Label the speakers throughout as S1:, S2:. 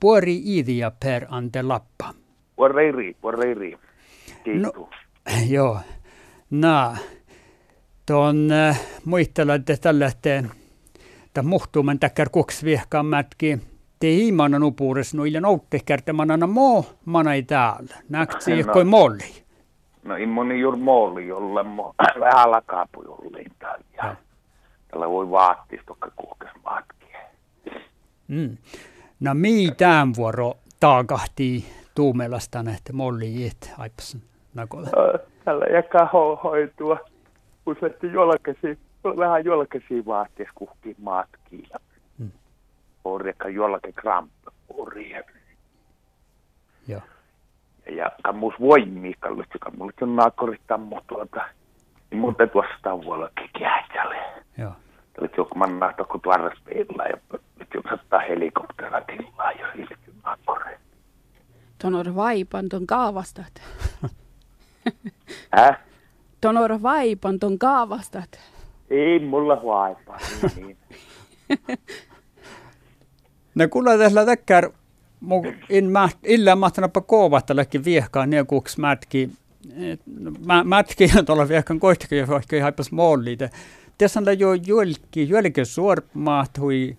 S1: puori iidiä per ante lappa.
S2: Puoreiri, puoreiri. Kiitos.
S1: No. Joo. Nää. Tuon äh, muistella, että tällä että muhtuumen täkkär kuks viehkaan mätki. Te hiimana nupuures nuille nouttehkärtä manana moo, mana ei täällä. Näkti
S2: No.
S1: jokoi molli.
S2: No immoni juuri mooli, jolle mo, vähän lakaapu jollein täällä.
S1: Joo.
S2: Ja Tällä voi vaattis, tokka kuukes matkia.
S1: Mm. No mii tämän vuoro taakahtii Tuumelasta nähtä molli iät aipas nakola.
S2: Tällä jakaa ho- hoitua. Usein jolkesi, vähän jolkesi vaattis kuhkin matkia.
S1: Mm.
S2: Orjekka jollakin kramppi. Orje.
S1: Joo.
S2: ja kammus voimii kallutti, kammus on naakorittaa mut tuota, niin muuten tuossa tauollakin käätälle.
S1: Joo.
S2: Eli joku mannaa tuoku tuoras peillä ja nyt joku sattaa helikoptera tilaa jo ilkin naakore.
S3: Tonor vaipan ton kaavastat.
S2: Häh?
S3: Tonor vaipan ton kaavastat.
S2: Ei mulla vaipaa, niin, niin.
S1: No kuule tässä täkkär, mu- in mä, illä mahtanappa koovahtalakin viehkaan ne kuks mätki. Et, no, Mä, mätki on tuolla viehkaan koistakin, ja vaikka ei haipas molliite. Tässä on jo jölki, jölki suormaat hui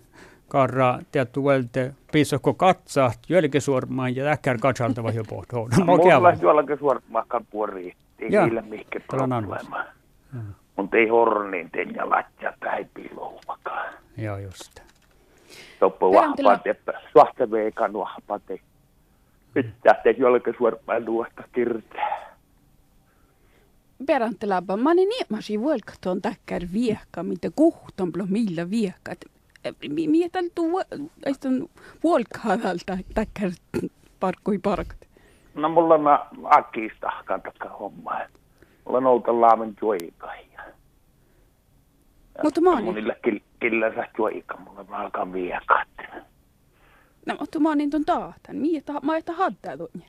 S1: karra, tietty välte, piisokko katsaat, jölki suormaan ja täkkär katsaltava jo no, pohtoon.
S2: Mulla
S1: Mokea
S2: jollakin suormahkan puori, ei
S1: Jaa.
S2: niillä mihinkään
S1: Tällä on
S2: probleema. Mutta ei horniin tennä latja tai pilouvakaan.
S1: Joo, just.
S2: Toppo
S3: Peräntilä.
S2: vahvaa teppä, suhta veikan vahvaa te. Pitää te jollakin suormaan nuosta kirtää.
S3: Peränteläpä, mä niin niemasi vuolka ton täkkär viehka, mitä kuhton plo millä viehkat. Mietän tuu aistan vuolkaa tältä täkkär parkkui parkat.
S2: No mulla on akistahkan takaa hommaa. Mulla on outa laamen joikai.
S3: Mutta mä olin,
S2: Munilla kil, killänsä joika, mulla mä alkaa viekat.
S3: no, mutta mä olin ton taahtan. Mietä, mä että hattaa tuonne.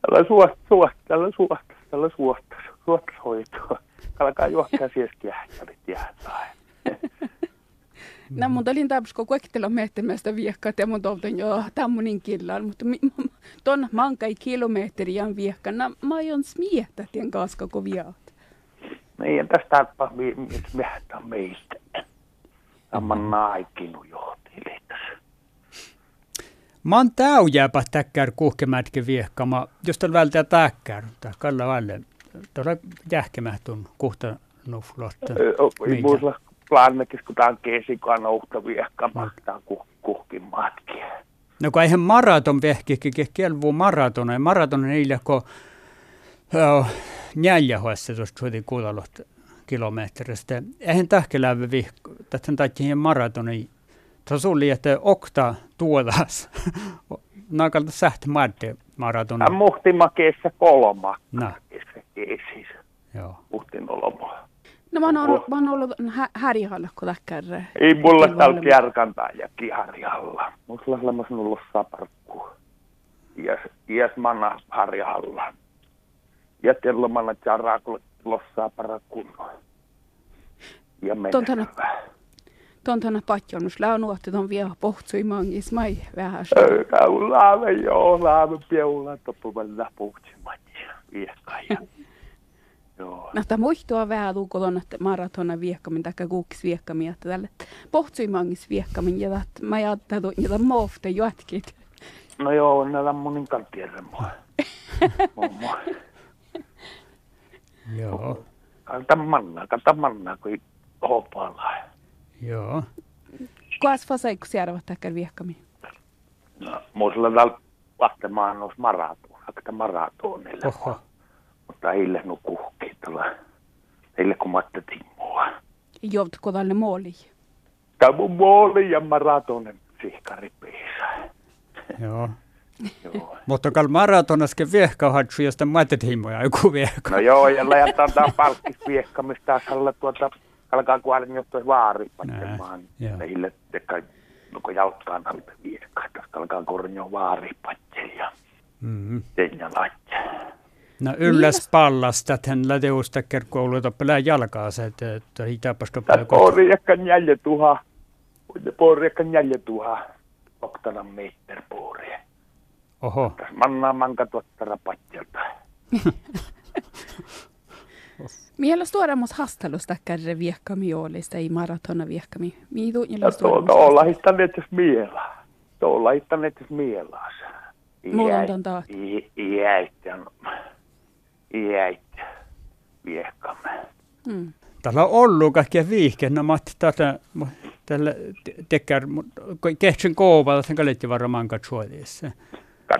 S2: Tällä suosta, suosta, tällä suosta, tällä suosta, suosta hoitoa. Alkaa juokkaa sieskiä, jälit jäätään.
S3: No, mutta olin täpsko kuektelo miettimästä viehkat ja mun tolten joo, tämmönen killan, mutta mi- m- ton mankai kilometriä viehkan, no, mä aion smietä tien kaska kun viaat.
S2: Niin, tästä alkaa mi, mi, miettää meistä. Tämä naikinu johtiin tässä.
S1: Mä oon täyjääpä täkkär kuhkemätkin viehkama, jos tällä välttää täkkär, tai kalla välle. Tuolla jähkemähtun kuhta nuflosta.
S2: Ei muista plannekin, kun tämä on kesikaan nouhta viehkamattaan ku, kuhkin matkia.
S1: No kun eihän maraton vehkikin kelvuu maratona, ja maraton niillä kun oh, neljä hoissa tuosta suhti kuulalosta kilometristä. Eihän tähkeläävä vihko, tämän takia siihen maratoni. Se suli, että okta tuolas. Nakalta sähti madde maratona.
S2: Tämä muhtimakeessa kolma.
S1: No,
S2: Kesis.
S1: joo.
S2: Muhtin oloma.
S3: No mä oon ollut,
S2: Oho.
S3: mä oon ollut hä- härihalla, kun täkkär.
S2: Ei mulla
S3: Kyllä,
S2: täällä
S3: olema.
S2: järkantaa ja kiharjalla. Mulla on olemassa ollut saparkku. Iäs, iäs manna harjalla. Ja tällä manna tjarakulle lossaa parakun. Ja
S3: Tontana-
S2: mennä.
S3: Ton tänä patjonus, lää nuotti ton vie pohtsui mangis, mä ei vähän.
S2: Tämä on laave, joo, laave, peulla, toppuvalla puhtimat. Viehkaja. Joo.
S3: No, tämä muistua vähän tuu kotona, että maratona viehkamin, taikka kuukis viehkamin, että tälle pohtsui mangis viehkamin, ja tät- mä jättää tuonne, ja moofte jatkit.
S2: No joo, ne on mun inkan tiedä mua. Mummo.
S1: Joo,
S2: Kanta mannaa, kanta mannaa, kun hopalla.
S1: joo.
S3: Kuas fasaikus järvät täkkär viehkamin?
S2: No, muisella täällä Lahtenmaan nousi maraton, aika maratonille.
S1: Oho.
S2: Mutta heille no kuhkii tuolla, heille kun matta timmua.
S3: Joutko tälle mooliin?
S2: Tää mun mooli ja maratonen sihkaripiisa.
S1: Joo.
S2: Joo. No
S1: Mutta kal maratonaskin viehka hatsu, josta mätet himoja joku viehka.
S2: No joo, ja lähdetään tää palkkis viehkamista taas alla tuota, alkaa kuolen johtoi vaari pattemaan.
S1: joo.
S2: Heille tekee joko jalkaan alta viehkaa, tästä alkaa kornio vaari patteja.
S1: Mm.
S2: Tenja latja.
S1: No ylläs pallasta, että hän lähtee uusta kerkkouluja pelää jalkaa se, että että hitaapas
S2: Tää
S1: toppaa kohta.
S2: pori ehkä neljä tuhaa. Pori ehkä neljä tuhaa. Oktana meter pori.
S1: Oho.
S2: Tässä mannaa manka tuosta rapatjelta.
S3: Miellä suoramus hastelusta kärre viehkami joolista, ei maratona viehkami. Miitu, jolla
S2: Ja no tuolta on lahittaneet jos mielaa. Tuo on lahittaneet jos mielaas.
S3: Mulla on ton taat.
S2: Iäitän. Iäitän. Viehkamme.
S3: Mm.
S1: Täällä on ollut kaikkia viihkeenä. Mä ajattelin, tätä, mu- tällä te- tekär, kehtsin kouvalla, sen kaletti varmaan katsoilissa.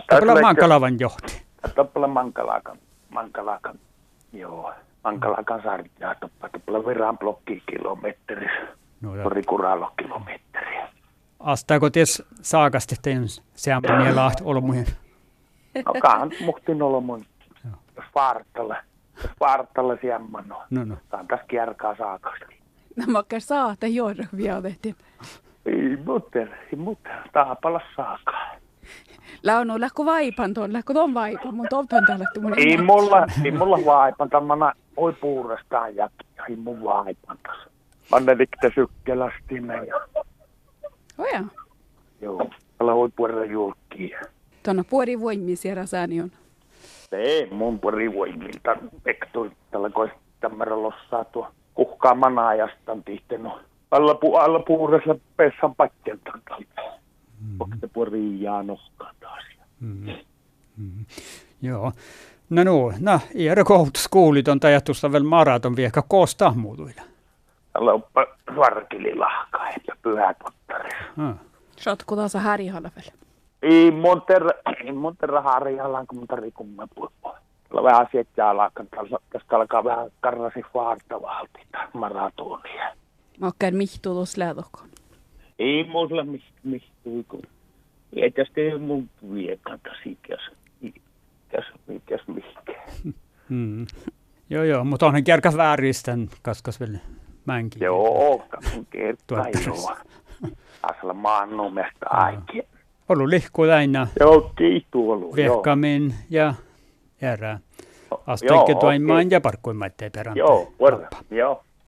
S1: Täällä on mankalavan johti.
S2: Toppala mankalaakan. Mankalaakan. Joo. Mankalaakan sarjaa. Toppa toppala viran blokki kilometrissä.
S1: No, ja-
S2: Tori kuralo kilometriä.
S1: Astaako ties saakasti teidän seamania laht olmujen?
S2: No kahan muhtin olomon. Jos vaartalla. Jos vaartalla siemmano.
S1: No no.
S2: Tämä on tässä kierkaa saakasti.
S3: Nämä saa, että juoda viavetti.
S2: Ei muuten, ei muuten. Taapala saakaan.
S3: Launu lähku vaipan tuon, lähku tuon vaipan, mutta on täällä tuommoinen.
S2: Ei mulla, ei mulla vaipanta, mä na- oi puurastaan ja ei mun vaipanta. Annelikta sykkelästi näin.
S3: Oja.
S2: Joo, älä oi puolella julkkiin.
S3: Tuona puori voimia siellä sääni on.
S2: Ei mun rivoimilta vektoi tällä koi tämmöinen lossaa tuo kuhkaa manaajastan tihtenu. Alla, pu, alla puuressa pessan patjentan kalta. Onko se puoriaa nohkaan taas?
S1: Joo. No no, no, iära koulutuskuulit on tajattusta vielä maraton viekka koostaa muutuilla.
S2: Tällä onpa varkililahkaa, että pyhä tottari.
S1: Ah.
S3: Sotku taas härihalla vielä.
S2: Ei monta, ei monta rahaa rihallaan, kun monta rikummaa puhua. Tällä vähän asiakkaan alkaa, tästä alkaa vähän karrasi vaartavaltita maratonia.
S3: Mä oon käyn mihtuu tuossa lähdokkoon.
S2: Ei mulla mihtui, kun ei tästä ei mun viekanta sikäs. Mikäs, mikäs, mikä.
S1: Mm. Joo joo, mutta onhan kärkäs vääristän kaskas vielä mänkin.
S2: Joo, kun kertaa
S1: Tuolta.
S2: joo. Asla maan numesta aikia.
S1: Ollut lihku täynnä
S2: Joo, kiitu ollut. joo.
S1: viekkamin ja erää.
S2: Joo,
S1: Asteikki
S2: okei.
S1: tuoimaan ja parkkuimaan ettei perään.
S2: Joo, vuoro. Joo.